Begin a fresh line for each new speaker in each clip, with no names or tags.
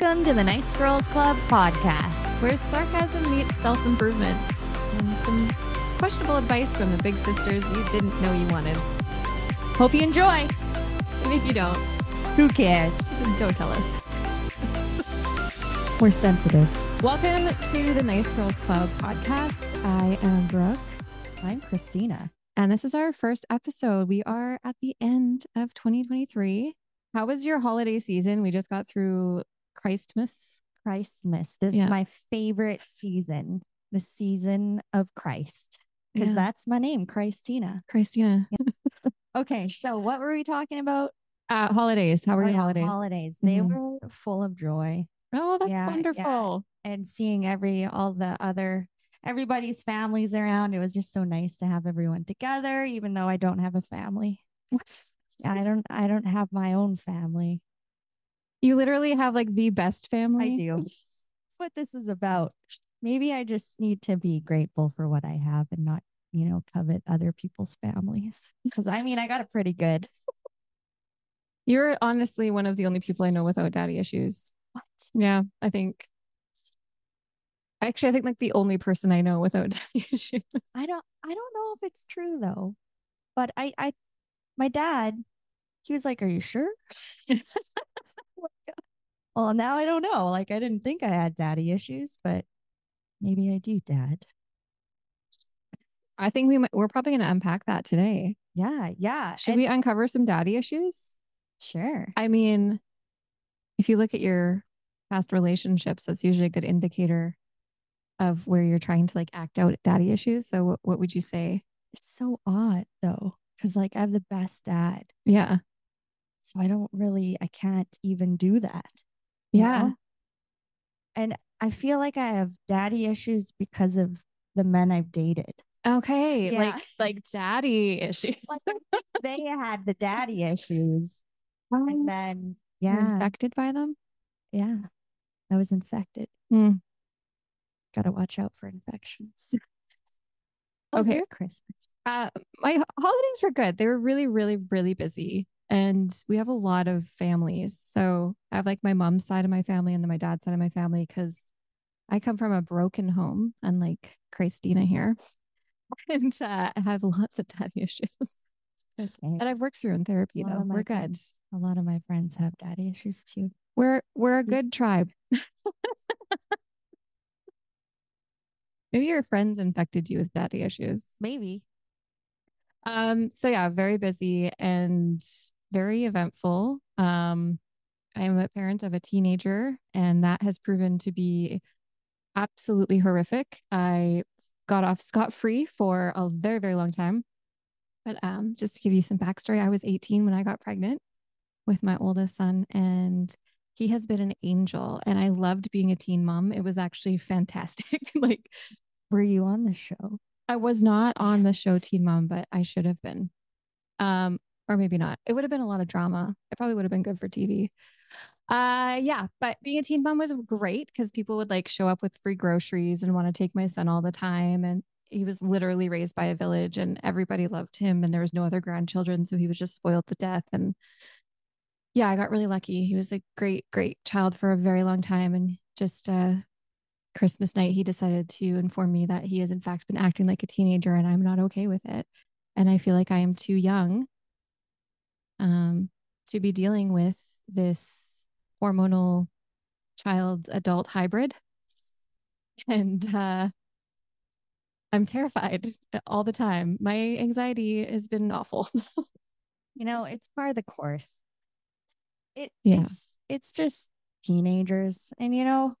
Welcome to the Nice Girls Club podcast.
where sarcasm meets self improvement and some questionable advice from the big sisters you didn't know you wanted.
Hope you enjoy.
And if you don't,
Who cares?
don't tell us.
We're sensitive.
Welcome to the Nice Girls Club podcast. I am Brooke,
I'm Christina.
and this is our first episode. We are at the end of 2023. How was your holiday season? We just got through Christmas.
Christmas. This
Yeah.
is my favorite season, the season of Christ, because that's my name, Christina.
Christina.
Okay, so what were we talking about?
Uh, holidays. How were
Oh,
your
yeah,
holidays?
Holidays. They
Mhm.
were full of joy
Oh, that's
Yeah, yeah.
wonderful.
and seeing every all the other everybody's families around. It was just so nice to have everyone together, even though I don't have a family.
What?
I don't. I don't have my own family.
You literally have like the best family.
I do. That's what this is about. Maybe I just need to be grateful for what I have and not, you know, covet other people's families. Because I mean, I got it pretty good.
You're honestly one of the only people I know without daddy issues.
What?
Yeah, I think. Actually, I think like the only person I know without daddy issues.
I don't. I don't know if it's true though. But I, I, my dad, he was like, "Are you sure?" Oh well, now I don't know. Like, I didn't think I had daddy issues, but maybe I do, Dad.
I think we might, we're probably going to unpack that today.
Yeah, yeah.
Should
and-
we uncover some daddy issues?
Sure.
I mean, if you look at your past relationships, that's usually a good indicator of where you're trying to like act out daddy issues. So what, what would you say?
It's so odd though, because like I have the best dad.
Yeah.
So I don't really, I can't even do that. you
Yeah.
know? And I feel like I have daddy issues because of the men I've dated.
Okay.
Yeah.
Like like daddy issues.
Like, they had the daddy issues. And then,
You're
yeah,
Infected by them?
yeah, I was infected.
Hmm.
Got to watch out for infections. How's
Okay.
your Oh, Christmas.
Uh, my h- holidays were good. They were really, really, really busy. And we have a lot of families. So I have like my mom's side of my family and then my dad's side of my family because I come from a broken home, unlike Christina here. And uh, I have lots of daddy issues
Okay.
that I've worked through in therapy,
Well,
though.
my
We're good.
friends- A lot of my friends have daddy issues too.
We're we're a good tribe. Maybe your friends infected you with daddy issues.
Maybe.
Um, so yeah, very busy and very eventful. Um, I am a parent of a teenager, and that has proven to be absolutely horrific. I got off scot free for a very, very long time. But um, just to give you some backstory, I was 18 when I got pregnant with my oldest son, and he has been an angel. And I loved being a teen mom. It was actually fantastic. like
Were you on the show?
I was not on the show Teen Mom, but I should have been. Um, or maybe not. It would have been a lot of drama. It probably would have been good for TV. Uh yeah, but being a teen mom was great because people would like show up with free groceries and want to take my son all the time. And he was literally raised by a village and everybody loved him and there was no other grandchildren, so he was just spoiled to death. And yeah, I got really lucky. He was a great, great child for a very long time and just uh Christmas night, he decided to inform me that he has, in fact, been acting like a teenager and I'm not okay with it. And I feel like I am too young um, to be dealing with this hormonal child adult hybrid. And uh, I'm terrified all the time. My anxiety has been awful.
You know, it's part of the course. It
Yeah.
it's it's just teenagers. And you know,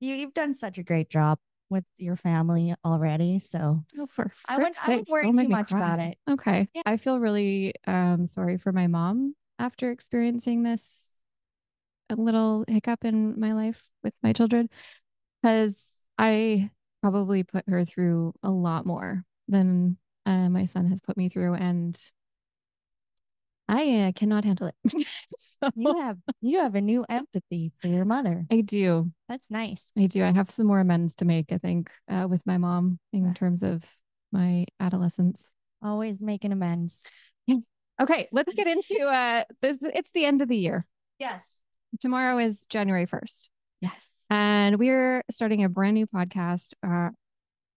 you, you've done such a great job with your family already. So
Oh, for
I wouldn't
frick's
I wouldn't
sakes,
worry
don't make
too
me
much
cry.
about it.
Okay.
Yeah.
I feel really um, sorry for my mom after experiencing this a little hiccup in my life with my children because I probably put her through a lot more than uh, my son has put me through. And I uh, cannot handle it. so
You have you have a new empathy for your mother.
I do.
That's nice.
I do. I have some more amends to make, I think, uh, with my mom in terms of my adolescence.
Always making amends.
Okay, let's get into uh this it's the end of the year.
Yes.
tomorrow is January 1st.
Yes.
And we're starting a brand new podcast. Uh,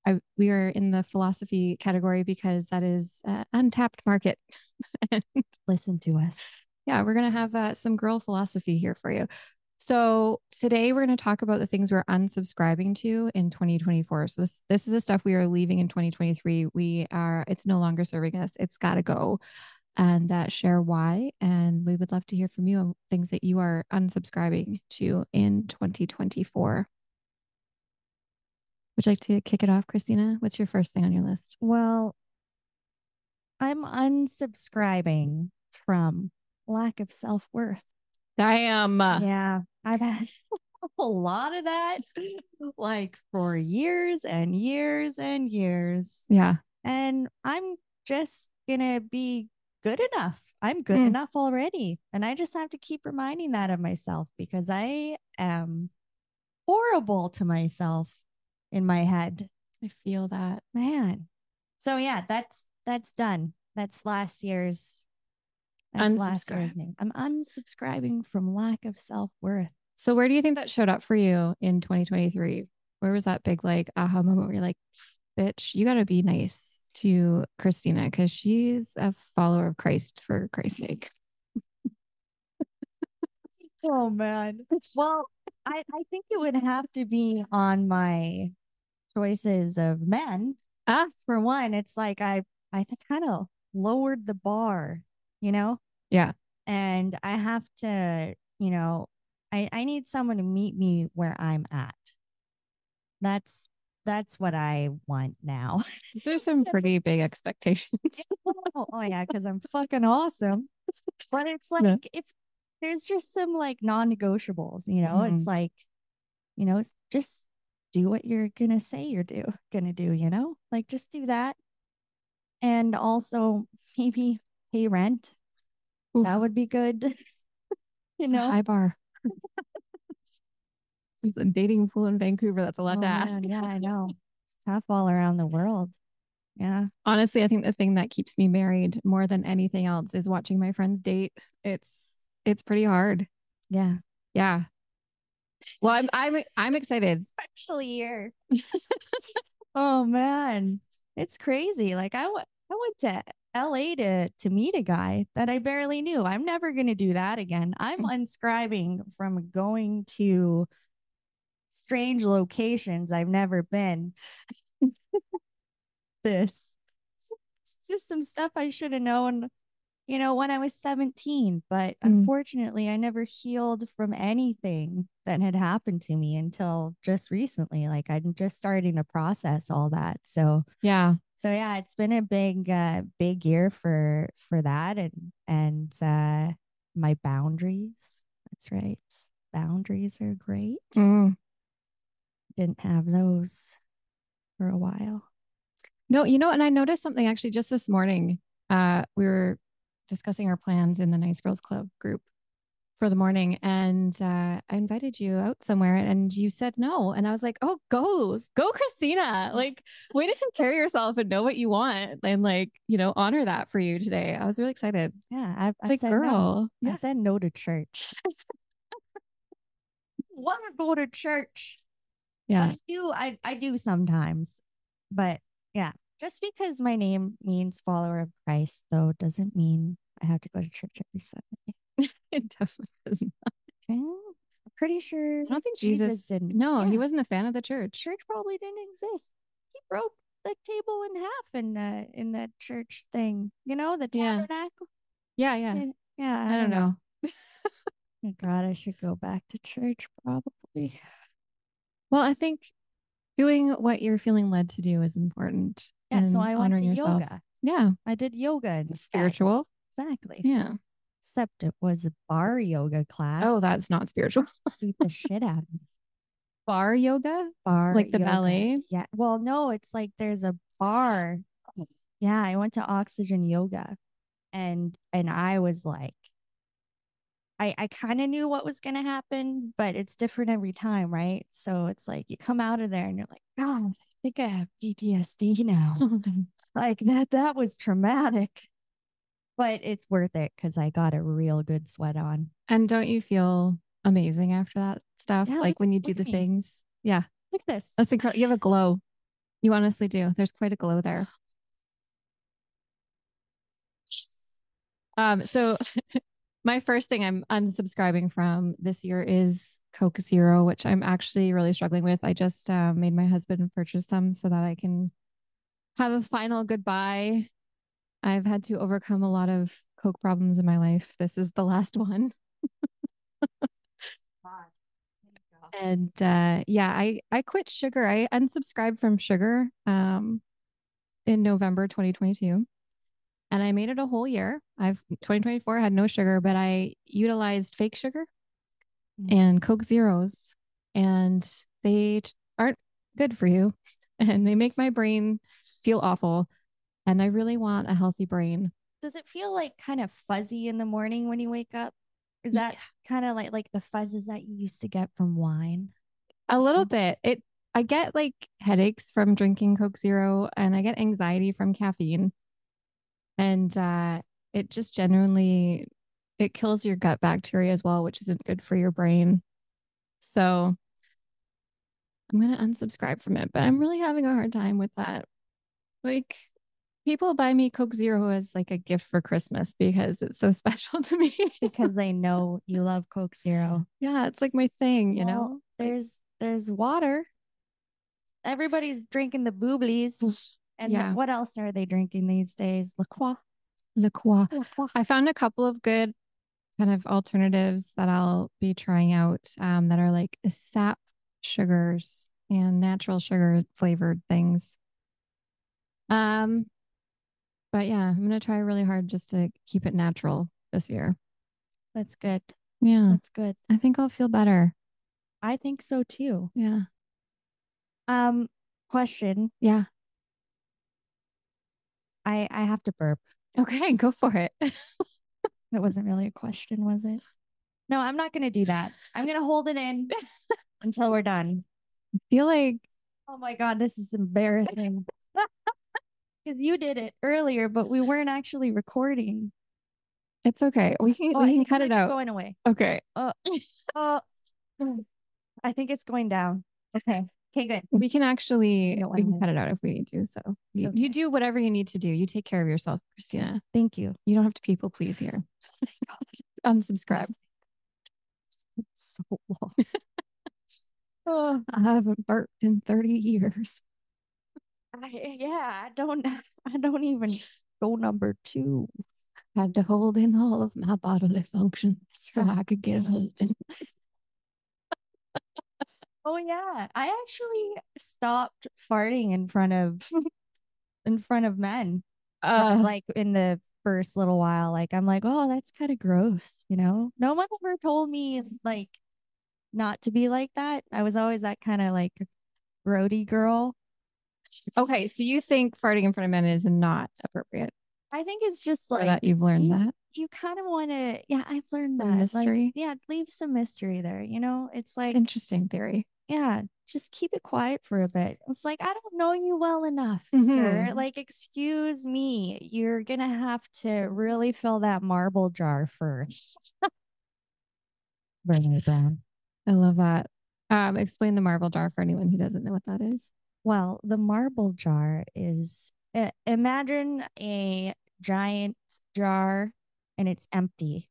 I, we are in the philosophy category because that is uh, untapped market. And
Listen to us.
yeah, we're going to have uh, some girl philosophy here for you. So today we're going to talk about the things we're unsubscribing to in 2024. So this this is the stuff we are leaving in 2023. We are it's no longer serving us. It's got to go. And uh, share why. And we would love to hear from you on things that you are unsubscribing to in 2024. Would you like to kick it off, Christina? What's your first thing on your list?
Well, I'm unsubscribing from lack of self worth.
I am. Uh,
yeah, I've had a lot of that like for years and years and years.
yeah.
And I'm just going to be good enough. I'm good
Mm.
enough already. And I just have to keep reminding that of myself because I am horrible to myself in my head.
I feel that.
Man. So yeah, that's that's done. That's last year's that's last year's
Unsubscribe.
name. I'm unsubscribing from lack of self-worth.
So where do you think that showed up for you in 2023? Where was that big like aha moment where you're like, bitch, you gotta be nice to Christina because she's a follower of Christ for Christ's sake.
Oh man. Well, I, I think it would have to be on my choices of men.
Ah.
For one, it's like I I kind of lowered the bar, you know?
Yeah.
And I have to, you know, I, I need someone to meet me where I'm at. That's that's what I want now.
These are some pretty big expectations.
oh, oh, yeah, because I'm fucking awesome. But it's like
Yeah.
if there's just some like non-negotiables, you know, it's like, you know, it's just do what you're gonna say you're do gonna do, you know? Like just do that. And also maybe pay rent.
Oof,
That would be good. you
it's a
know.
high bar. The dating pool in Vancouver, that's a lot
Oh,
to ask.
man, yeah, I know. It's tough all around the world. Yeah.
Honestly, I think the thing that keeps me married more than anything else is watching my friends date. It's it's pretty hard.
Yeah.
Yeah. Well, I'm I'm I'm excited.
special year. oh man, it's crazy. Like I wa- I went to L.A. to to meet a guy that I barely knew. I'm never gonna do that again. I'm unscribing from going to strange locations I've never been. this it's just some stuff I should have known. You know, when I was 17, but
Mm.
unfortunately, I never healed from anything that had happened to me until just recently. Like I'm just starting to process all that. So,
Yeah.
so yeah, it's been a big, uh, big year for for that, and and uh, my boundaries. That's right, boundaries are great. Didn't have those for a while.
No, you know, and I noticed something actually just this morning. Uh, we were discussing our plans in the Nice Girls Club group for the morning, and uh, I invited you out somewhere, and you said no, and I was like, "Oh, go, go, Christina! Like, way to take care of yourself and know what you want, and like, you know, honor that for you today." I was really excited. It's
Yeah, I, I
like,
said no.
girl,
I said no to church. Want to go to church?
yeah,
I do. I I do sometimes, but yeah, just because my name means follower of Christ, though, doesn't mean I have to go to church every Sunday.
it definitely doesn't.
Okay, I'm Mm, pretty sure
I don't think Jesus.
Jesus didn't-
No, he
yeah.
wasn't a fan of the church.
church probably didn't exist. He broke the table in half in the in that church thing. You know, the
Yeah.
tabernacle.
Yeah, yeah.
Yeah, yeah,
I don't know.
Oh, God, I should go back to church probably.
Well, I think doing what you're feeling led to do is important.
Yeah, so
and
I went to
honoring yourself.
yoga.
Yeah,
I did yoga
it's
and
spiritual.
Exactly.
Yeah.
Except it was a bar yoga class.
Oh, that's not spiritual.
beat the shit out of me.
Bar yoga.
Bar
Like the
yoga.
ballet?
Yeah. Well, no, it's like there's a bar.
Oh.
Yeah, I went to Oxygen Yoga, and and I was like, I I kind of knew what was gonna happen, but it's different every time, right? So it's like you come out of there and you're like, God, I think I have PTSD now. like that that was traumatic, but it's worth it because I got a real good sweat on.
and don't you feel amazing after that stuff.
Yeah, look-
like when you do
look
the
at me.
things. Yeah.
Look at this.
That's incredible. You have a glow. You honestly do. There's quite a glow there. Um, so my first thing I'm unsubscribing from this year is Coke Zero, which I'm actually really struggling with. I just uh, made my husband purchase them so that I can have a final goodbye. I've had to overcome a lot of Coke problems in my life. This is the last one. and uh yeah i i quit sugar i unsubscribed from sugar um in november 2022 and i made it a whole year i've 2024 had no sugar but i utilized fake sugar
Mm.
and coke zeros and they t- aren't good for you and they make my brain feel awful and i really want a healthy brain
Does it feel like kind of fuzzy in the morning when you wake up? Is
Yeah.
that kind of like like the fuzzes that you used to get from wine?
A little bit. It I get like headaches from drinking Coke Zero and I get anxiety from caffeine. And uh it just genuinely it kills your gut bacteria as well, which isn't good for your brain. So I'm going to unsubscribe from it, but I'm really having a hard time with that. Like people buy me Coke Zero as like a gift for Christmas because it's so special to me.
Because they know you love Coke Zero.
yeah, it's like my thing, you
Well,
know. Like-
There's there's water. Everybody's drinking the booblies. And then
Yeah.
what else are they drinking these days? La Croix.
La Croix.
La Croix.
I found a couple of good kind of alternatives that I'll be trying out um, that are like sap sugars and natural sugar flavored things. Um, but yeah, I'm gonna try really hard just to keep it natural this year.
That's good.
Yeah,
That's good.
I think I'll feel better.
I think so too.
Yeah,
Um, question.
yeah.
I I have to burp.
Okay, go for it.
That wasn't really a question, was it? No, I'm not gonna do that. I'm gonna hold it in until we're done.
feel like
Oh my god, this is embarrassing. Because you did it earlier, but we weren't actually recording.
it's okay. We can
Oh, I
we can
think it
cut
might
it
be
out.
Going away.
okay,
Oh, I think it's going down. Okay. Okay, good.
we can actually
Get one
we can
more.
cut it out if we need to. So you,
okay.
you do whatever you need to do. You take care of yourself, Christina.
Thank you.
You don't have to people please here. Unsubscribe.
So long. Oh.
I haven't burped in 30 years.
I, yeah, I don't. I don't even go number two.
Had to hold in all of my bodily functions so I could get a husband.
Oh yeah, I actually stopped farting in front of in front of men. for,
Uh,
like in the first little while, like I'm like, oh, that's kind of gross, you know. No one ever told me like not to be like that. I was always that kind of like grody girl.
okay, so you think farting in front of men is not appropriate?
I think it's just
Or
like
that you've learned
you-
that?
you kind of want to. Yeah, I've learned
Some
that. like,
mystery?
yeah, leave some mystery there. You know, it's like
Interesting theory.
yeah, just keep it quiet for a bit. It's like, I don't know you well enough, sir.
Mhm.
Like, excuse me, you're gonna have to really fill that marble jar first. Brene Brown.
I love that. Um, explain the marble jar for anyone who doesn't know what that is.
Well, the marble jar is uh, imagine a giant jar and it's empty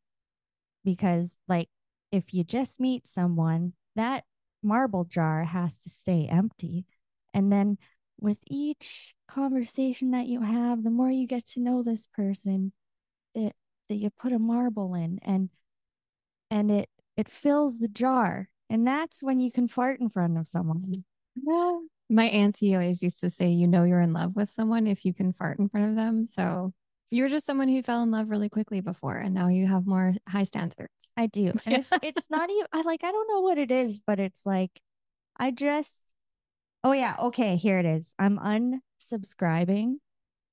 because, like, if you just meet someone, that marble jar has to stay empty. And then with each conversation that you have, the more you get to know this person, that that you put a marble in and and it it fills the jar. And that's when you can fart in front of someone.
My auntie always used to say, you know, you're in love with someone if you can fart in front of them. So you're just someone who fell in love really quickly before, and now you have more high standards.
I do. And
Yeah.
it's it's not even I like I don't know what it is, but it's like I just Oh yeah, okay, here it is. I'm unsubscribing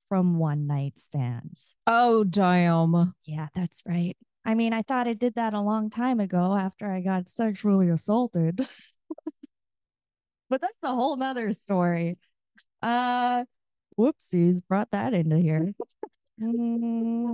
from one night stands.
Oh, damn.
Yeah, that's right. I mean, I thought I did that a long time ago after I got sexually assaulted. but that's a whole nother story. Uh whoopsies brought that into here.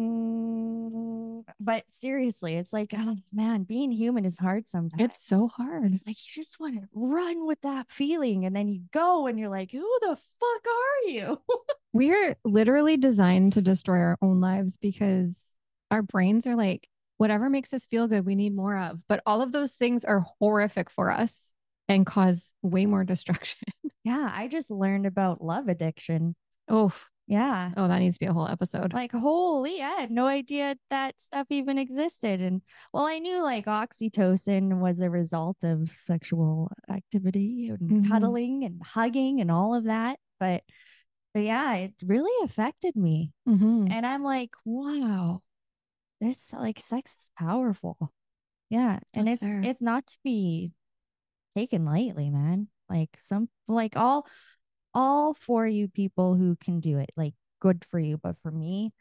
Mm, But seriously, it's like, oh man, being human is hard sometimes.
It's so hard.
It's like you just want to run with that feeling, and then you go and you're like, who the fuck are you?
We're literally designed to destroy our own lives because our brains are like, whatever makes us feel good, we need more of. But all of those things are horrific for us and cause way more destruction.
yeah, I just learned about love addiction.
Oh,
Yeah.
oh, that needs to be a whole episode.
Like, holy, I had no idea that stuff even existed. And well, I knew like oxytocin was a result of sexual activity and
Mhm.
cuddling and hugging and all of that. But, but yeah, it really affected me.
Mhm.
And I'm like, wow, this like sex is powerful. Yeah. and it's
That's fair.
it's not to be taken lightly, man. Like some like all all for you people who can do it, like good for you. But for me,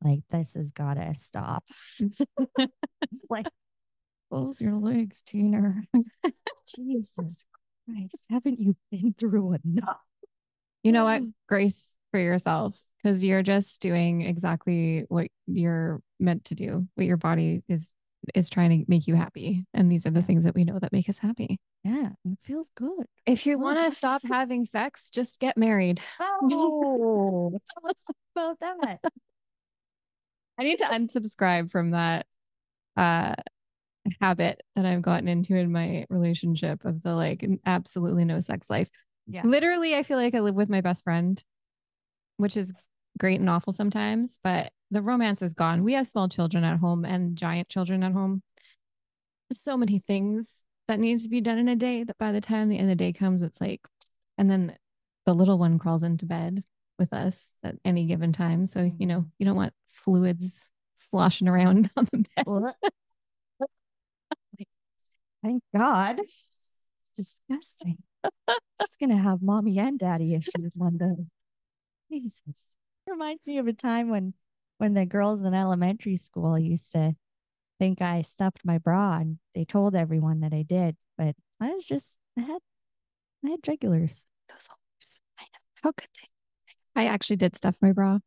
like this has gotta stop. it's like close your legs, Tina. Jesus Christ, haven't you been through enough?
You know what? Grace for yourself because you're just doing exactly what you're meant to do, what your body is is trying to make you happy. And these are the things that we know that make us happy.
Yeah, it feels good.
If you
Oh.
want to stop having sex, just get married.
Oh, tell us about that.
I need to unsubscribe from that uh habit that I've gotten into in my relationship of the like absolutely no sex life.
Yeah.
Literally, I feel like I live with my best friend, which is great and awful sometimes, but the romance is gone. We have small children at home and giant children at home. So many things that need to be done in a day that by the time the end of the day comes, it's like, and then the little one crawls into bed with us at any given time. So, you know, you don't want fluids sloshing around on the bed.
Blech. Like, Thank God. It's disgusting. She's gonna have mommy and daddy issues one day. Jesus. Reminds me of a time when when the girls in elementary school used to think I stuffed my bra and they told everyone that I did, but I was just I had I had regulars.
those whores. I know. How could they? I actually did stuff my bra.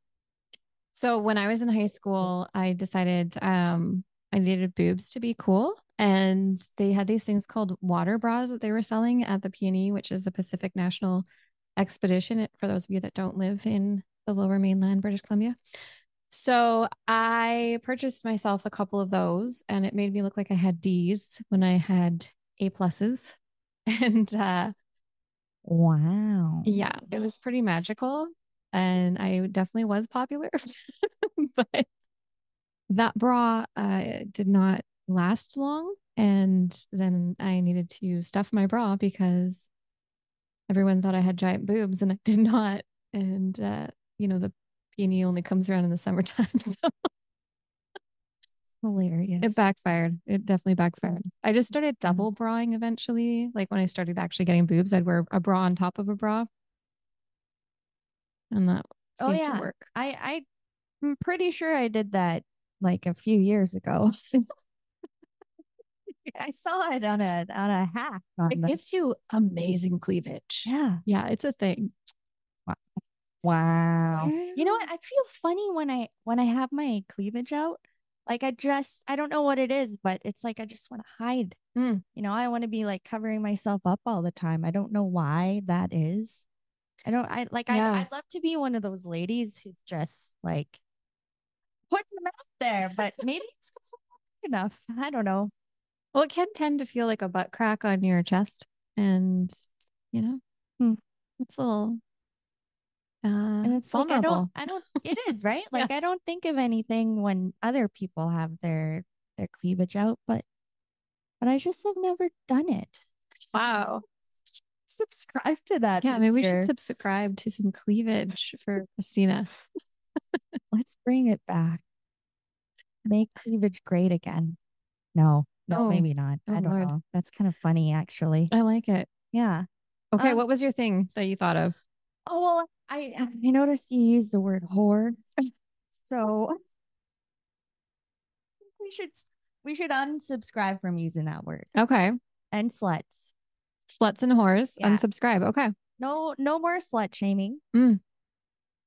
So when I was in high school, I decided um, I needed boobs to be cool. And they had these things called water bras that they were selling at the PNE, which is the Pacific National Expedition, it- for those of you that don't live in the lower mainland, British Columbia. So I purchased myself a couple of those and it made me look like I had D's when I had A pluses. And uh,
Wow.
yeah, it was pretty magical. And I definitely was popular, but that bra uh, did not last long. And then I needed to stuff my bra because everyone thought I had giant boobs and I did not. And, uh, you know, the peony only comes around in the summertime. So
Hilarious.
it backfired. It definitely backfired. I just started
Mm-hmm.
double braing eventually. Like when I started actually getting boobs, I'd wear a bra on top of a bra. And that
Oh,
seemed
yeah.
to work.
I I'm pretty sure I did that like a few years ago. I saw it on a on a hack on
It
the
gives you amazing cleavage.
yeah.
Yeah, it's a thing.
Wow. You know
Wow.
what? I feel funny when I when I have my cleavage out. Like I just I don't know what it is, but it's like I just want to hide.
Mm.
You know, I want to be like covering myself up all the time. I don't know why that is. I don't I like
Yeah.
I I'd love to be one of those ladies who's just like putting them out there, but maybe it's 'cause I'm not big enough. I don't know.
Well, it can tend to feel like a butt crack on your chest, and you know,
Hmm.
it's a little uh,
And it's like I don't
vulnerable.
I don't it is, right? Like I don't think of anything when other people have their their cleavage out, but but I just have never done it.
Wow.
Subscribe to that.
Yeah,
this
maybe we
year.
should subscribe to some cleavage for Christina.
Let's bring it back. Make cleavage great again. No, no,
Oh,
maybe not.
oh
I don't
Lord.
know. That's kind of funny actually.
I like it.
Yeah.
Okay,
Um,
what was your thing that you thought of?
Oh well, I I noticed you used the word whore. So we should we should unsubscribe from using that word.
Okay,
And sluts.
sluts and whores.
Yeah.
Unsubscribe. Okay.
No, no more slut shaming.
Mm.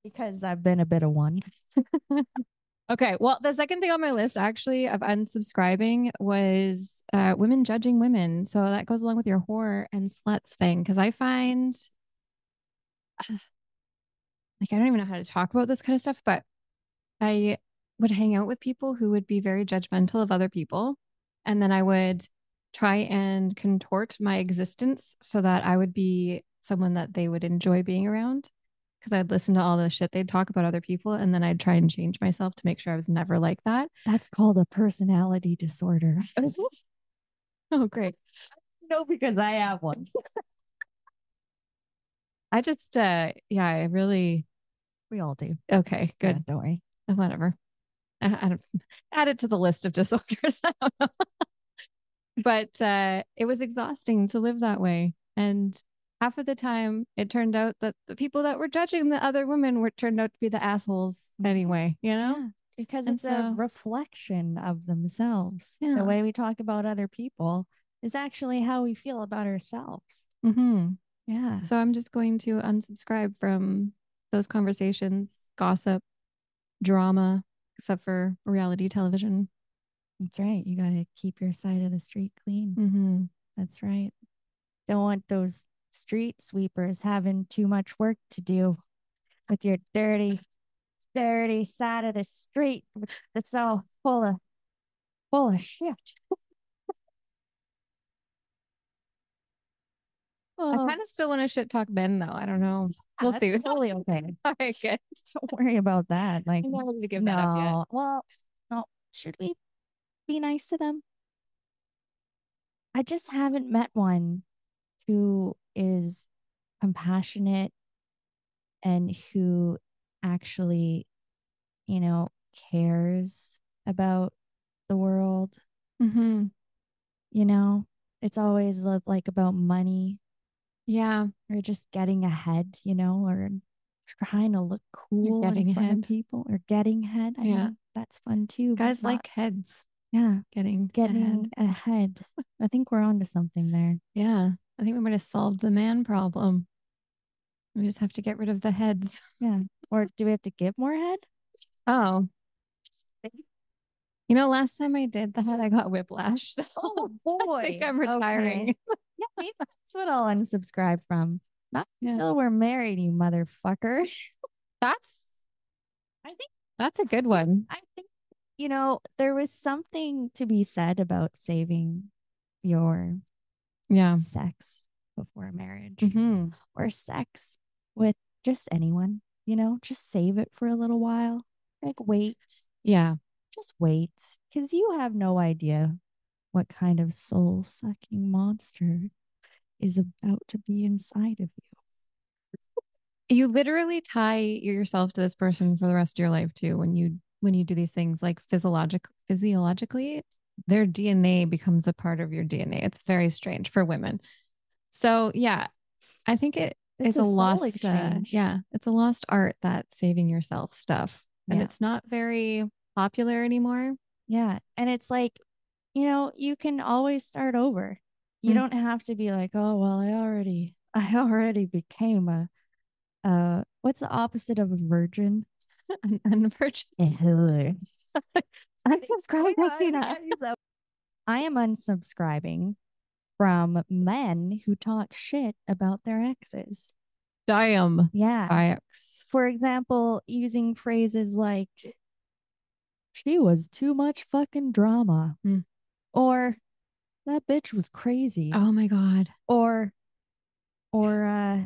because I've been a bit of one.
Okay. Well, the second thing on my list actually of unsubscribing was uh, women judging women. So that goes along with your whore and sluts thing. Cause I find like, I don't even know how to talk about this kind of stuff, but I would hang out with people who would be very judgmental of other people. And then I would try and contort my existence so that I would be someone that they would enjoy being around because I'd listen to all the shit they'd talk about other people, and then I'd try and change myself to make sure I was never like that.
That's called a personality disorder.
Oh, great!
No, because I have one.
I just, uh, yeah, I really
We all do.
okay,
Yeah,
good, Oh,
don't worry.
whatever. I, I don't, add it to the list of disorders. I don't know, but uh, it was exhausting to live that way, and half of the time it turned out that the people that were judging the other women were turned out to be the assholes anyway. You know.
Mm-hmm. Yeah, because
And
it's
so-
a reflection of themselves.
Yeah.
The way we talk about other people is actually how we feel about ourselves.
Mm-hmm.
Yeah.
So I'm just going to unsubscribe from those conversations, gossip, drama, except for reality television.
That's right. You got to keep your side of the street clean.
Mm-hmm.
That's right. Don't want those street sweepers having too much work to do with your dirty, dirty side of the street with- that's all full of full of shit.
I
Oh,
kind of still want to shit talk Ben though. I don't know.
yeah,
We'll
that's
see.
Totally okay.
All right, good.
Don't worry about that. Like,
I'm not ready to give that up yet.
no. Well, no. Should we be nice to them? I just haven't met one who is compassionate and who actually, you know, cares about the world.
Mm-hmm.
You know, it's always li- like about money
Yeah.
or just getting ahead, you know, or trying to look cool
getting
in front
ahead.
of people or getting ahead. I
Yeah.
mean, that's fun too. but
Guys
not-
like heads
yeah,
getting ahead.
getting ahead. I think we're onto something there.
Yeah. I think we might have solved the man problem. We just have to get rid of the heads.
Or do we have to give more head?
Oh. You know, last time I did that, I got whiplash. So
Oh, boy.
I think I'm retiring.
Yeah, maybe that's what I'll unsubscribe from. Not
Yeah.
until we're married, you motherfucker.
That's
I think
that's a good one.
I think you know, there was something to be said about saving your
Yeah.
sex before marriage
hmm
or sex with just anyone, you know, just save it for a little while. Like wait,
Yeah.
just wait cuz you have no idea what kind of soul-sucking monster is about to be inside of you.
You literally tie yourself to this person for the rest of your life too. When you when you do these things like physiologic physiologically, their DNA becomes a part of your DNA. It's very strange for women. So yeah, I think it it's, a,
soul
lost uh,
exchange.
yeah, it's a lost art that saving yourself stuff. And
Yeah.
it's not very popular anymore.
Yeah. And it's like, you know, you can always start over. You
Mm.
don't have to be like, oh, well, I already, I already became a, uh, what's the opposite of a virgin?
And, and virgin.
A hooer.
I'm subscribed, Tina.
I am unsubscribing from men who talk shit about their exes.
Diam.
Yeah.
Firex.
For example, using phrases like, she was too much fucking drama,
Mm.
or that bitch was crazy.
Oh my God.
or or uh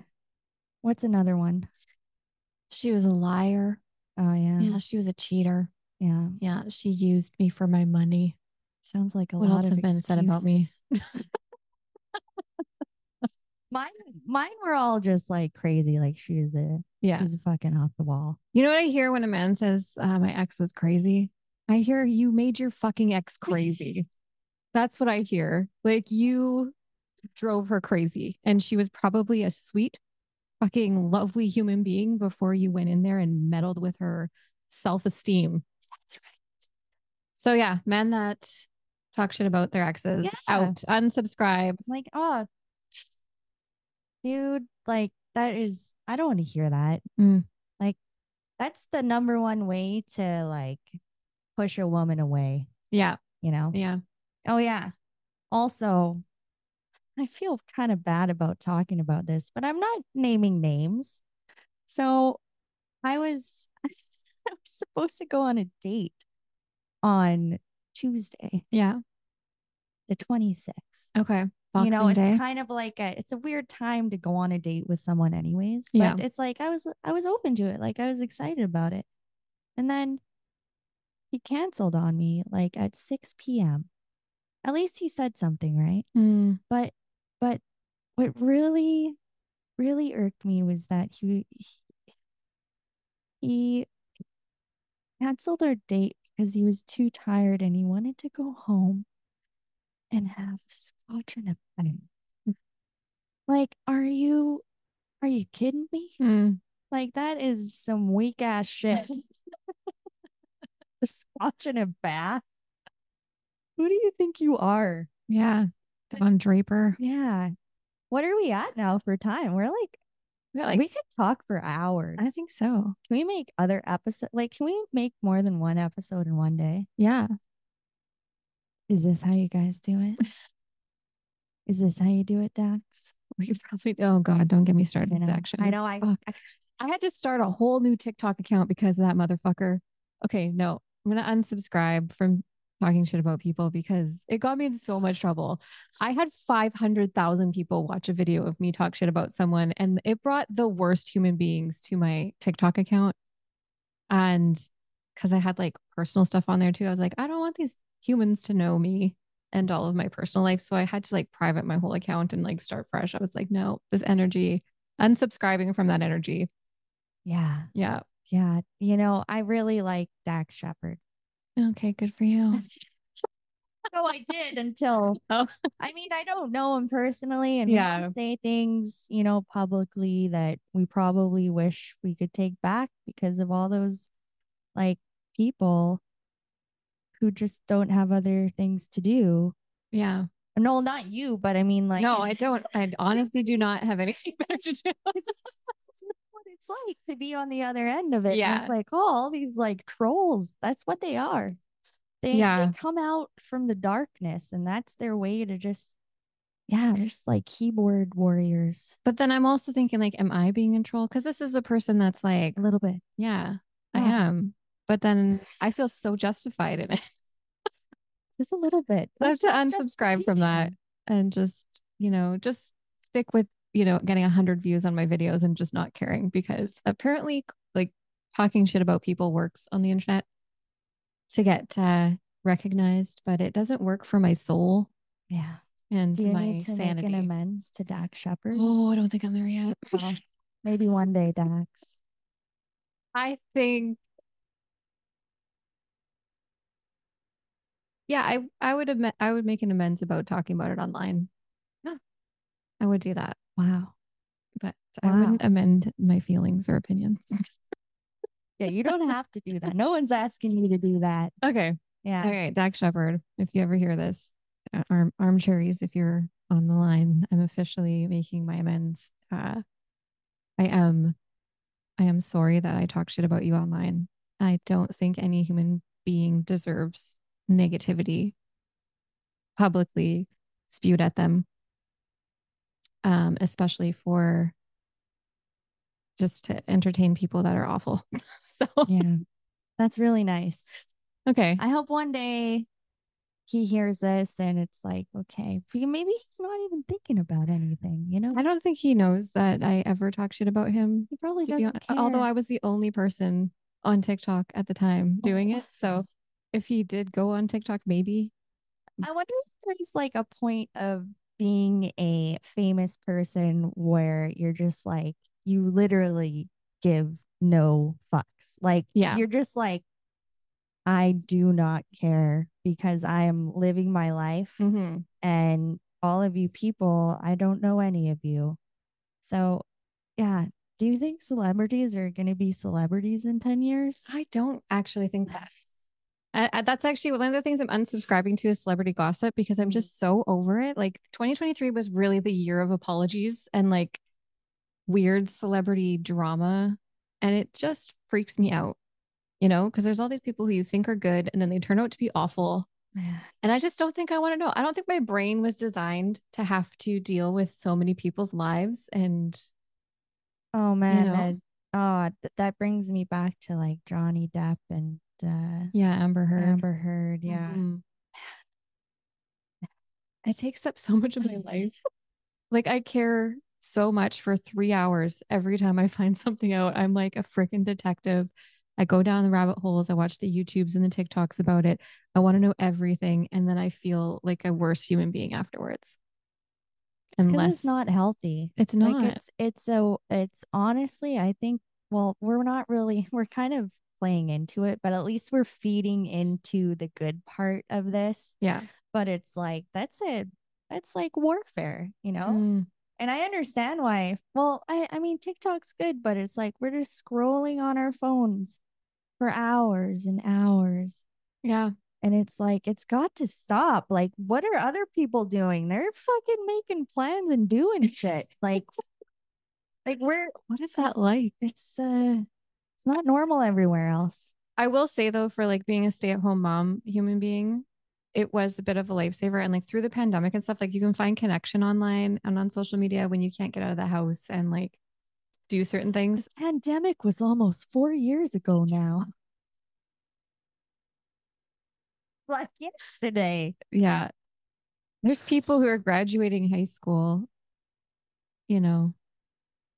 what's another one?
She was a liar.
Oh yeah.
Yeah,
Yeah.
she was a cheater. Yeah, she used me for my money.
Sounds like a
What
lot
else
of
have been said about me?
excuses. mine mine were all just like crazy like she was a she
Yeah.
was fucking off the wall.
You know what I hear when a man says, uh, my ex was crazy? I hear you made your fucking ex crazy. That's what I hear. Like you drove her crazy and she was probably a sweet, fucking lovely human being before you went in there and meddled with her self esteem.
That's right.
So yeah, men that talk shit about their exes
Yeah.
out, unsubscribe.
Like, oh dude, like that is I don't want to hear that.
Mm.
Like that's the number one way to like push a woman away,
Yeah.
you know?
Yeah.
Oh, yeah. Also, I feel kind of bad about talking about this, but I'm not naming names. So I was, I was supposed to go on a date on Tuesday,
Yeah.
the 26th.
Okay. Boxing
you know, it's
day.
kind of like a it's a weird time to go on a date with someone anyways. But
Yeah.
it's like I was I was open to it. Like I was excited about it. And then he canceled on me like at 6 p.m. At least he said something, right?
Mm.
But but what really really irked me was that he he, he canceled our date because he was too tired and he wanted to go home and have scotch and a bang. Like, are you are you kidding me?
Mm.
Like that is some weak ass shit. A scotch and a bath. Who do you think you are?
Yeah. Von Draper.
Yeah. What are we at now for time? We're like,
Yeah, like
we could talk for hours.
I think so.
can we make other episode like can we make more than one episode in one day?
Yeah.
Is this how you guys do it? Is this how you do it, Dax?
We could probably oh god, don't get me started
I
with
know.
action.
I know I
Fuck. I had to start a whole new TikTok account because of that motherfucker. Okay, no, I'm gonna unsubscribe from talking shit about people because it got me in so much trouble. I had 500,000 people watch a video of me talk shit about someone, and it brought the worst human beings to my TikTok account. And because I had like personal stuff on there too, I was like, I don't want these humans to know me and all of my personal life. So I had to like private my whole account and like start fresh. I was like, no, this energy unsubscribing from that energy.
yeah.
Yeah.
Yeah, you know, I really like Dax Shepard.
Okay. Good for you.
No, I did until
Oh.
I mean, I don't know him personally, and we
Yeah.
can say things, you know, publicly that we probably wish we could take back because of all those like people who just don't have other things to do.
Yeah.
No, not you, but I mean, like,
no, I don't. I honestly do not have anything better to do.
it's what it's like to be on the other end of it. And
Yeah.
it's like, oh, all these like trolls, that's what they are. They,
Yeah.
they come out from the darkness and that's their way to just, yeah, they're just like keyboard warriors
But then I'm also thinking, like, am I being in troll? Because this is a person that's like,
a little bit.
yeah, I
Yeah.
am. But then I feel so justified in it.
Just a little bit.
I have to
Some
unsubscribe from that
justification.
and just, you know, just stick with, you know, getting 100 views on my videos and just not caring because apparently, like, talking shit about people works on the internet to get uh, recognized, but it doesn't work for my soul
Yeah.
and
Do you
my
need to
sanity.
make an amends to Dax Shepard?
oh, I don't think I'm there yet.
Well, Maybe one day, Dax.
I think. Yeah, I I would am- I would make an amends about talking about it online.
Yeah.
I would do that.
Wow.
but
Wow.
I wouldn't amend my feelings or opinions.
Yeah, you don't have to do that. No one's asking you to do that.
okay. All
Yeah.
right. Dak Shepard, if you ever hear this, uh, arm, arm cherries, if you're on the line, I'm officially making my amends. Uh, I am, I am sorry that I talk shit about you online. I don't think any human being deserves negativity publicly spewed at them, um, especially for just to entertain people that are awful. so,
Yeah. That's really nice.
okay.
I hope one day he hears this and it's like, okay, be- maybe he's not even thinking about anything, you know?
I don't think he knows that I ever talk shit about him.
He probably
to be
doesn't
hon- uh, although
care.
I was the only person on TikTok at the time doing
Oh.
it. So if he did go on TikTok, maybe.
I wonder if there's like a point of being a famous person where you're just like, you literally give no fucks. Like,
Yeah.
you're just like, I do not care because I am living my life
Mm-hmm.
and all of you people, I don't know any of you. So, yeah. Do you think celebrities are going to be celebrities in 10 years?
I don't actually think that. I, I- that's actually one of the things I'm unsubscribing to is celebrity gossip because I'm
Mhm.
just so over it. Like 2023 was really the year of apologies and like weird celebrity drama. And it just freaks me out, you know, because there's all these people who you think are good and then they turn out to be awful.
Man.
And I just don't think I want to know. I don't think my brain was designed to have to deal with so many people's lives. And
Oh man,
know?
that, oh th- that brings me back to like Johnny Depp and uh,
yeah, Amber Heard.
Amber Heard. Yeah,
Mhm. It takes up so much of my life. Like I care so much for three hours every time I find something out. I'm like a freaking detective. I go down the rabbit holes. I watch the YouTubes and the TikToks about it. I want to know everything. And then I feel like a worse human being afterwards.
It's 'cause
Unless
it's not healthy.
it's not.
Like it's it's a it's honestly, I think. Well, we're not really. We're kind of playing into it, but at least we're feeding into the good part of this.
yeah.
But it's like that's it. That's like warfare, you know.
Mm.
And I understand why. Well, I, I mean, TikTok's good, but it's like we're just scrolling on our phones for hours and hours.
Yeah.
And it's like, it's got to stop. Like, what are other people doing? They're fucking making plans and doing shit. Like, like we're,
What is that like?
it's, uh, it's not normal everywhere else.
I will say though, for like being a stay-at-home mom human being, it was a bit of a lifesaver. And like through the pandemic and stuff, like you can find connection online and on social media when you can't get out of the house and like do certain things.
This pandemic was almost four years ago now. Like yesterday.
Yeah. There's people who are graduating high school, you know,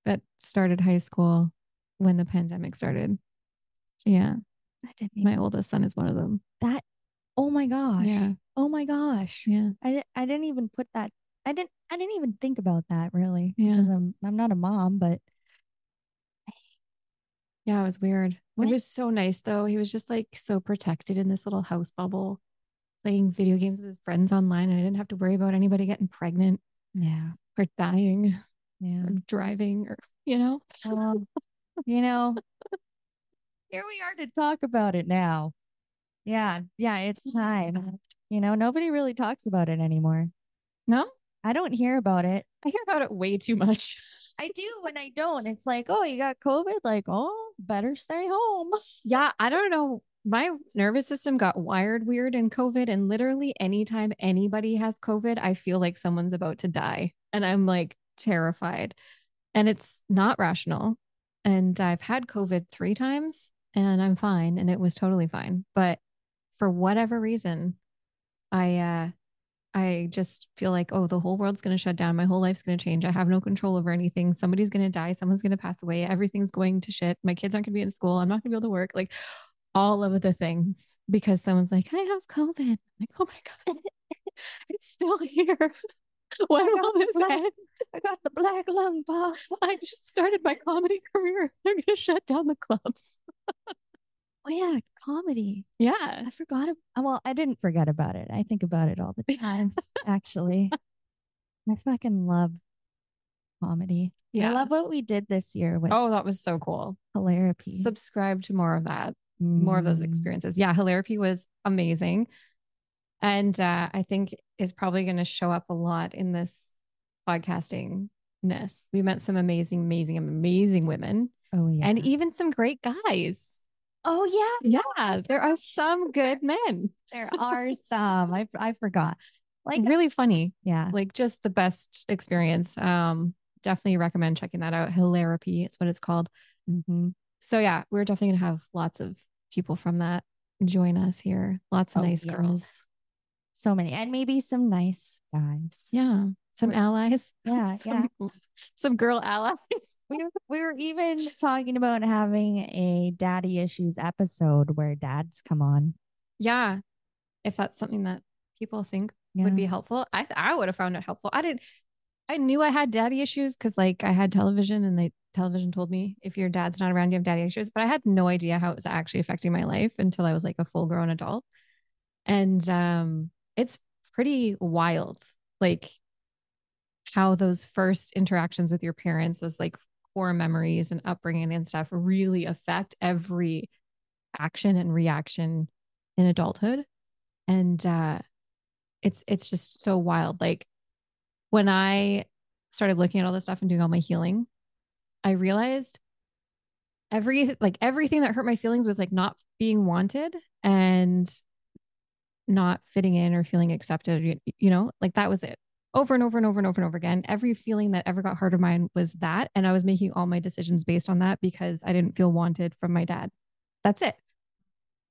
that started high school when the pandemic started. Yeah.
I didn't even,
My oldest son is one of them.
that, oh my gosh.
Yeah.
Oh my gosh.
Yeah.
I, di- I didn't even put that I didn't I didn't even think about that really.
Yeah.
'cause I'm I'm not a mom, but
Yeah, it was weird.
What?
It was so nice though. He was just like so protected in this little house bubble, playing video games with his friends online, and I didn't have to worry about anybody getting pregnant
yeah.
or dying
Yeah.
or driving or you know.
Well, you know, here we are to talk about it now. Yeah. Yeah, it's time. You know, nobody really talks about it anymore.
No,
I don't hear about it.
I hear about it way too much.
I do when I don't. It's like, "Oh, you got COVID?" Like, "Oh, better stay home."
Yeah, I don't know. My nervous system got wired weird in COVID, and literally anytime anybody has COVID, I feel like someone's about to die, and I'm like terrified, and it's not rational. And I've had COVID three times, and I'm fine, and it was totally fine. But for whatever reason, I uh, I just feel like oh, the whole world's going to shut down. My whole life's going to change. I have no control over anything. Somebody's going to die. Someone's going to pass away. Everything's going to shit. My kids aren't going to be in school. I'm not going to be able to work. Like all of the things because someone's like, I have COVID. I'm like, oh my God, it's still here. When will this
Right.
end?
I got the black lung pop.
I just started my comedy career. They're going to shut down the clubs.
Oh yeah, comedy.
Yeah.
I forgot. ab- uh, Well, I didn't forget about it. I think about it all the time, actually. I fucking love comedy. I
Yeah.
love what we did this year with
Oh, that was so cool.
hilarity.
Subscribe to more of that. more of those
Mm.
experiences. Yeah, hilarity was amazing. And uh, I think is probably going to show up a lot in this podcasting ness. We met some amazing, amazing, amazing women
Oh yeah.
and e even some great guys.
oh yeah,
Yeah, there are some good men.
there are some. I I forgot. Like
really funny.
yeah,
Like just the best experience. Um, definitely recommend checking that out. Hilarity is what it's called.
hmm
So yeah, we're definitely gonna have lots of people from that join us here. Lots of
Oh,
nice
yeah.
girls.
so many, and maybe some nice guys.
Yeah. Some allies.
Yeah,
some, yeah. Some girl allies.
We were, we were even talking about having a daddy issues episode where dads come on.
yeah. If that's something that people think
Yeah.
would be helpful, I th- I would have found it helpful. I didn't I knew I had daddy issues because like I had television and they television told me if your dad's not around, you have daddy issues. But I had no idea how it was actually affecting my life until I was like a full grown adult. And um it's pretty wild. Like how those first interactions with your parents, those like core memories and upbringing and stuff really affect every action and reaction in adulthood. And uh it's it's just so wild. Like when I started looking at all this stuff and doing all my healing, I realized every like everything that hurt my feelings was like not being wanted and not fitting in or feeling accepted you, you know like that was it over and over and over and over and over again every feeling that ever got hurt of mine was that and i was making all my decisions based on that because i didn't feel wanted from my dad that's it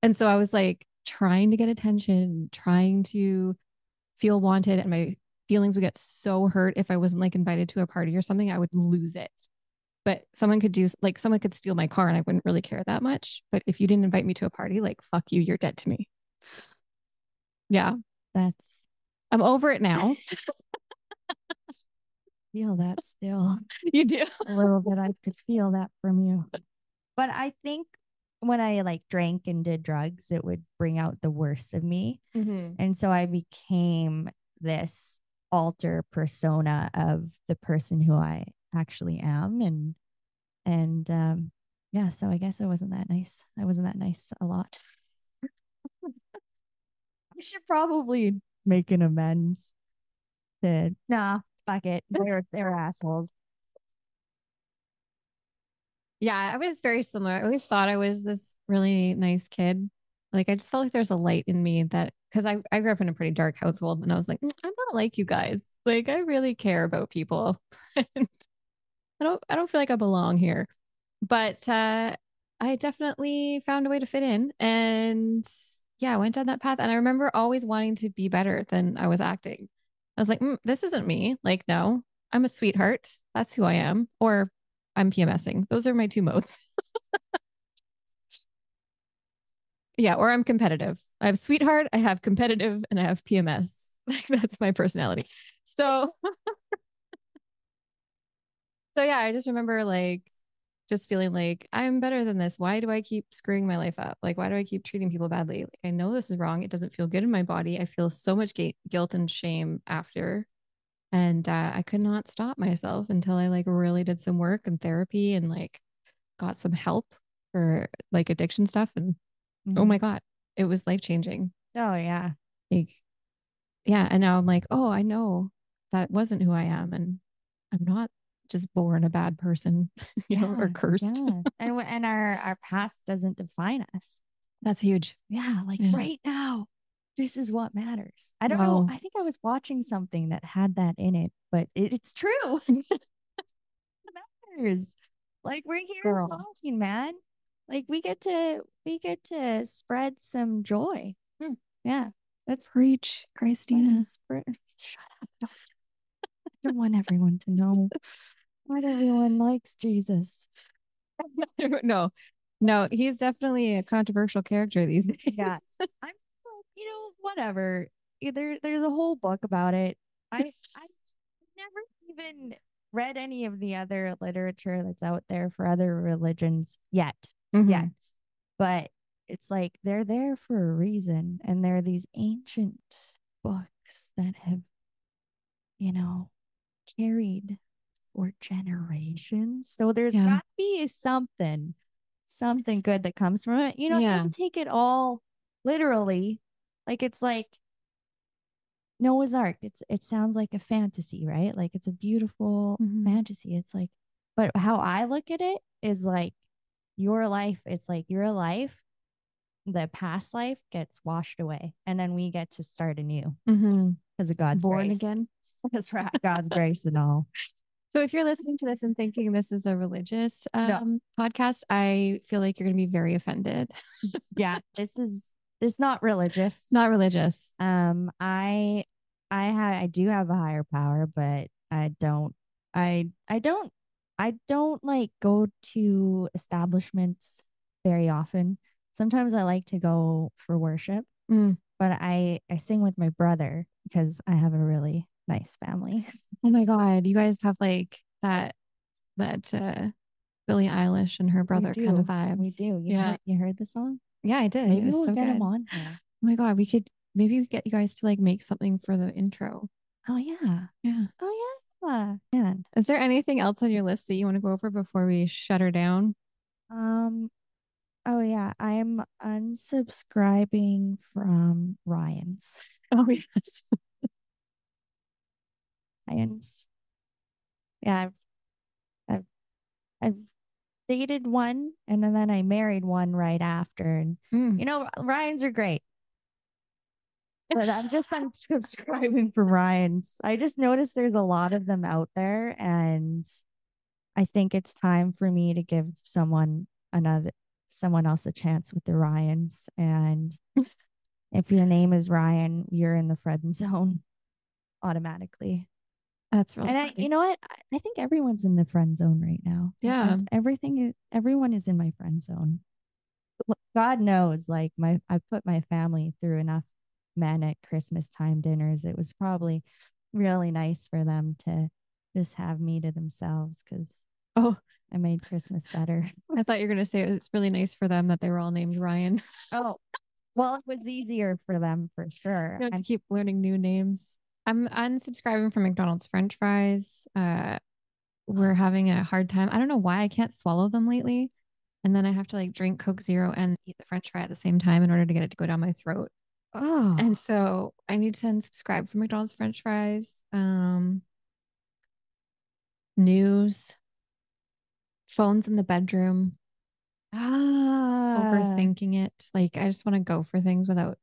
and so i was like trying to get attention trying to feel wanted and my feelings would get so hurt if i wasn't like invited to a party or something i would lose it but someone could do like someone could steal my car and I wouldn't really care that much. But if you didn't invite me to a party, like fuck you, you're dead to me. Yeah,
That's
I'm over it now.
feel that still
you do.
a little bit. I could feel that from you. But I think when I like drank and did drugs, it would bring out the worst of me. And so I became this alter persona of the person who I actually am. And, and, um, yeah, so I guess I wasn't that nice. I wasn't that nice a lot. I should probably make an amends to, nah, fuck it. They're, they're assholes.
Yeah, I was very similar. I always thought I was this really nice kid. Like I just felt like there's a light in me that because I, I grew up in a pretty dark household and I was like, "Mm, I'm not like you guys. Like I really care about people. and I don't I don't feel like I belong here. But uh I definitely found a way to fit in and yeah, I went down that path. And I remember always wanting to be better than I was acting. I was like, mm, this isn't me. Like, no, I'm a sweetheart. That's who I am. Or I'm PMSing. Those are my two modes. yeah, or I'm competitive. I have sweetheart, I have competitive, and I have PMS. Like that's my personality. So So yeah, I just remember like just feeling like I'm better than this. Why do I keep screwing my life up? Like why do I keep treating people badly? Like I know this is wrong. It doesn't feel good in my body. I feel so much ga- guilt and shame after and uh, i could not stop myself until i like really did some work and therapy and like got some help for like addiction stuff and oh
Mhm.
my god it was life changing
Oh yeah.
like yeah and now i'm like oh i know that wasn't who i am and i'm not just born a bad person you know or
Yeah,
cursed
yeah. and w- and our our past doesn't define us.
that's huge
Yeah, like
Yeah.
right now, this is what matters. I don't know.
Wow.
I think I was watching something that had that in it, but it, it's true. It matters. Like we're here
Girl.
talking, man. Like we get to we get to spread some joy.
Hmm.
Yeah, that's
preach christina
Spread, shut up. Don't, I don't want everyone to know. Not everyone likes Jesus.
no no he's definitely a controversial character these days
Yeah. I'm like, you know, whatever. Yeah, There there's a whole book about it. I I never even read any of the other literature that's out there for other religions yet. Yeah.
Mhm.
But it's like they're there for a reason and there are these ancient books that have you know carried for generations. So there's
Yeah.
got to be something something good that comes from it. You know, you
Yeah.
can take it all literally. Like it's like Noah's Ark. It's it sounds like a fantasy, right? Like it's a beautiful
Mhm.
fantasy. It's like, but how I look at it is like your life. It's like your life, the past life gets washed away, and then we get to start anew
Mhm.
because of God's
born
grace.
again
That's right, God's grace and all.
So if you're listening to this and thinking this is a religious um, podcast, I feel like you're going to be very offended.
Yeah, this is it's not religious.
It's not religious.
Um, I, I ha- I do have a higher power, but I don't. I I don't. I don't like go to establishments very often. Sometimes I like to go for worship,
Mm.
but I I sing with my brother because I have a really nice family.
Oh my God, you guys have like that that uh, Billie Eilish and her brother kind of
do.
vibes.
We do. You
yeah,
heard, you heard the song?
yeah, I did.
Maybe
it was
we'll
so
get
good.
him
Oh
on. Here.
my God, we could maybe we could get you guys to like make something for the intro.
Oh yeah.
Yeah.
Oh yeah. Man.
Is there anything else on your list that you want to go over before we shut her down?
Um, oh yeah, I'm unsubscribing from Ryan's.
Oh yes.
Ryan's. Yeah, I've, I've, I've dated one and then I married one right after. And
Mm.
you know, Ryan's are great. But I'm just unsubscribing from Ryan's. I just noticed there's a lot of them out there and I think it's time for me to give someone another someone else a chance with the Ryan's and if your name is Ryan, you're in the friend zone automatically.
That's really
And I,
funny.
you know what? I- I think everyone's in the friend zone right now. Like,
Yeah.
ev- everything is, everyone is in my friend zone. L- God knows, like my, I put my family through enough men at Christmas time dinners. It was probably really nice for them to just have me to themselves because
Oh.
I made Christmas better.
I thought you were gonna say it was really nice for them that they were all named Ryan.
Oh, well, it was easier for them for sure.
You know, to
And
keep learning new names. I'm unsubscribing from McDonald's French fries. Uh, we're having a hard time. I don't know why I can't swallow them lately, and then I have to like drink Coke Zero and eat the French fry at the same time in order to get it to go down my throat.
oh,
And so I need to unsubscribe from McDonald's French fries. Um, news, phones in the bedroom,
ah,
overthinking it. Like I just want to go for things without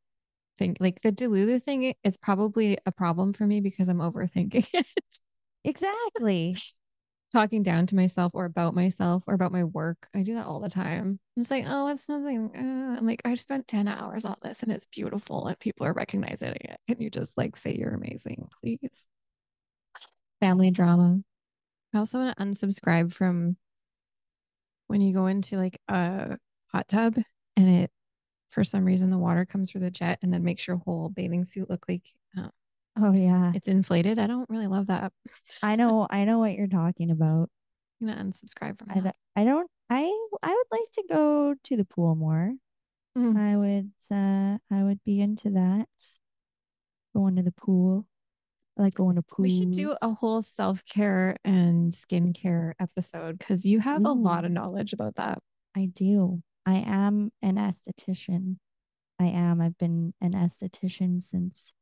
think. Like the Delulu thing i- is probably a problem for me because I'm overthinking it,
exactly.
talking down to myself or about myself or about my work. I do that all the time. I'm just like, oh, it's nothing. Uh, I'm like, I spent ten hours on this and it's beautiful and people are recognizing it. Can you just like say you're amazing, please? Family drama. I also want to unsubscribe from when you go into like a hot tub and it, for some reason, the water comes through the jet and then makes your whole bathing suit look like um,
Oh yeah.
it's inflated. I don't really love that.
I know, I know what you're talking about.
I'm gonna unsubscribe from
I
that.
don't, I don't I I would like to go to the pool more.
Mm.
I would uh I would be into that. Going to the pool. I like going to pools.
We should do a whole self care and skincare episode because you have a lot of
Ooh.
knowledge about that.
I do. I am an esthetician. I am. I've been an esthetician since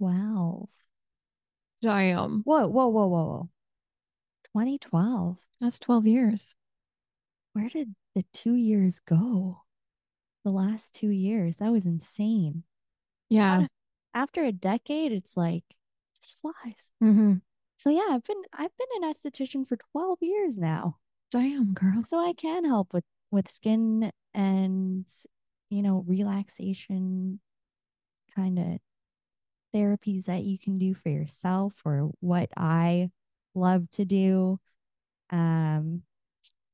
2012.
I am.
Whoa, whoa, whoa, whoa, whoa. 2012.
That's 12 years.
Where did the two years go? The last two years. That was insane.
Yeah.
What After a decade, it's like just flies.
Mm-hmm.
So yeah, I've been I've been an esthetician for 12 years now.
Damn, girl.
So I can help with with skin and you know, relaxation kind of therapies that you can do for yourself or what I love to do. Um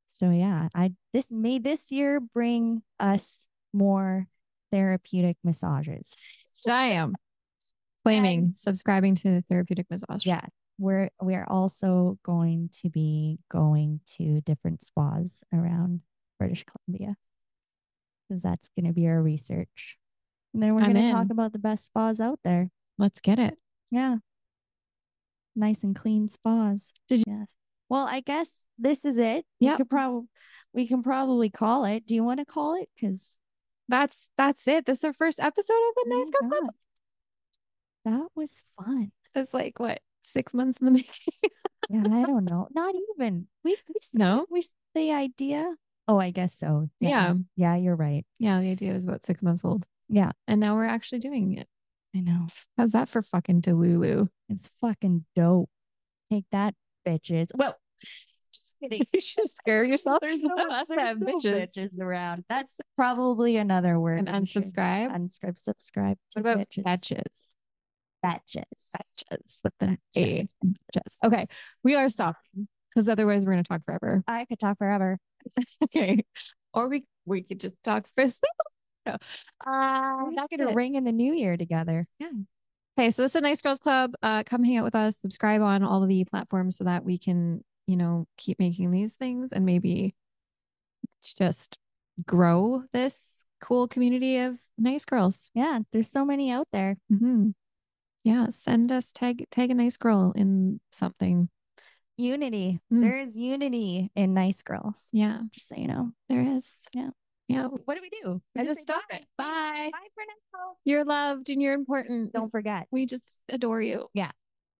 so yeah, I this may this year bring us more therapeutic massages.
Damn. Claiming,
And-
subscribing to therapeutic massage.
Yeah, we're we're also going to be going to different spas around British Columbia because that's going to be our research. And then we're
I'm
going to talk
in.
about the best spas out there.
Let's get it.
Yeah, nice and clean spas.
Did you-
Yes. Well, I guess this is it.
Yep.
We could probably we can probably call it. Do you want to call it? Because
That's that's it. This is our first episode of the Nice Guys Club.
that was fun.
It's like what six months in the making.
Yeah, I don't know. Not even we we s-
no.
we s- the idea. Oh, I guess so.
Yeah.
Yeah, you're right.
Yeah, the idea was about six months old.
Yeah.
And now we're actually doing it.
I know.
How's that for fucking Delulu?
It's fucking dope. Take that, bitches. Well, just kidding.
you should scare yourself.
There's
no
no,
us
there's
have
no
bitches.
bitches around. That's probably another word.
And
we should-
unsubscribe.
Unscribe, subscribe to
what about
bitches.
batches?
Batches.
Batches with an A.
Batches.
Batches. Okay. We are stopping because otherwise we're going to talk forever.
I could talk forever.
Okay. Or we we could just talk for a second. No. Uh,
We're just
that's
gonna
it.
ring in the new year together.
Okay, so this is a Nice Girls Club. Uh, come hang out with us. Subscribe on all of the platforms so that we can, you know, keep making these things and maybe just grow this cool community of nice girls.
Yeah, there's so many out there.
hmm Yeah, send us tag tag a nice girl in something.
Unity.
Mm.
There is unity in nice girls.
Yeah,
Just so you know.
there is.
Yeah.
yeah.
What do we do?
I just stopped it. Bye.
Bye for now.
You're loved and you're important.
Don't forget.
we just adore you.
Yeah.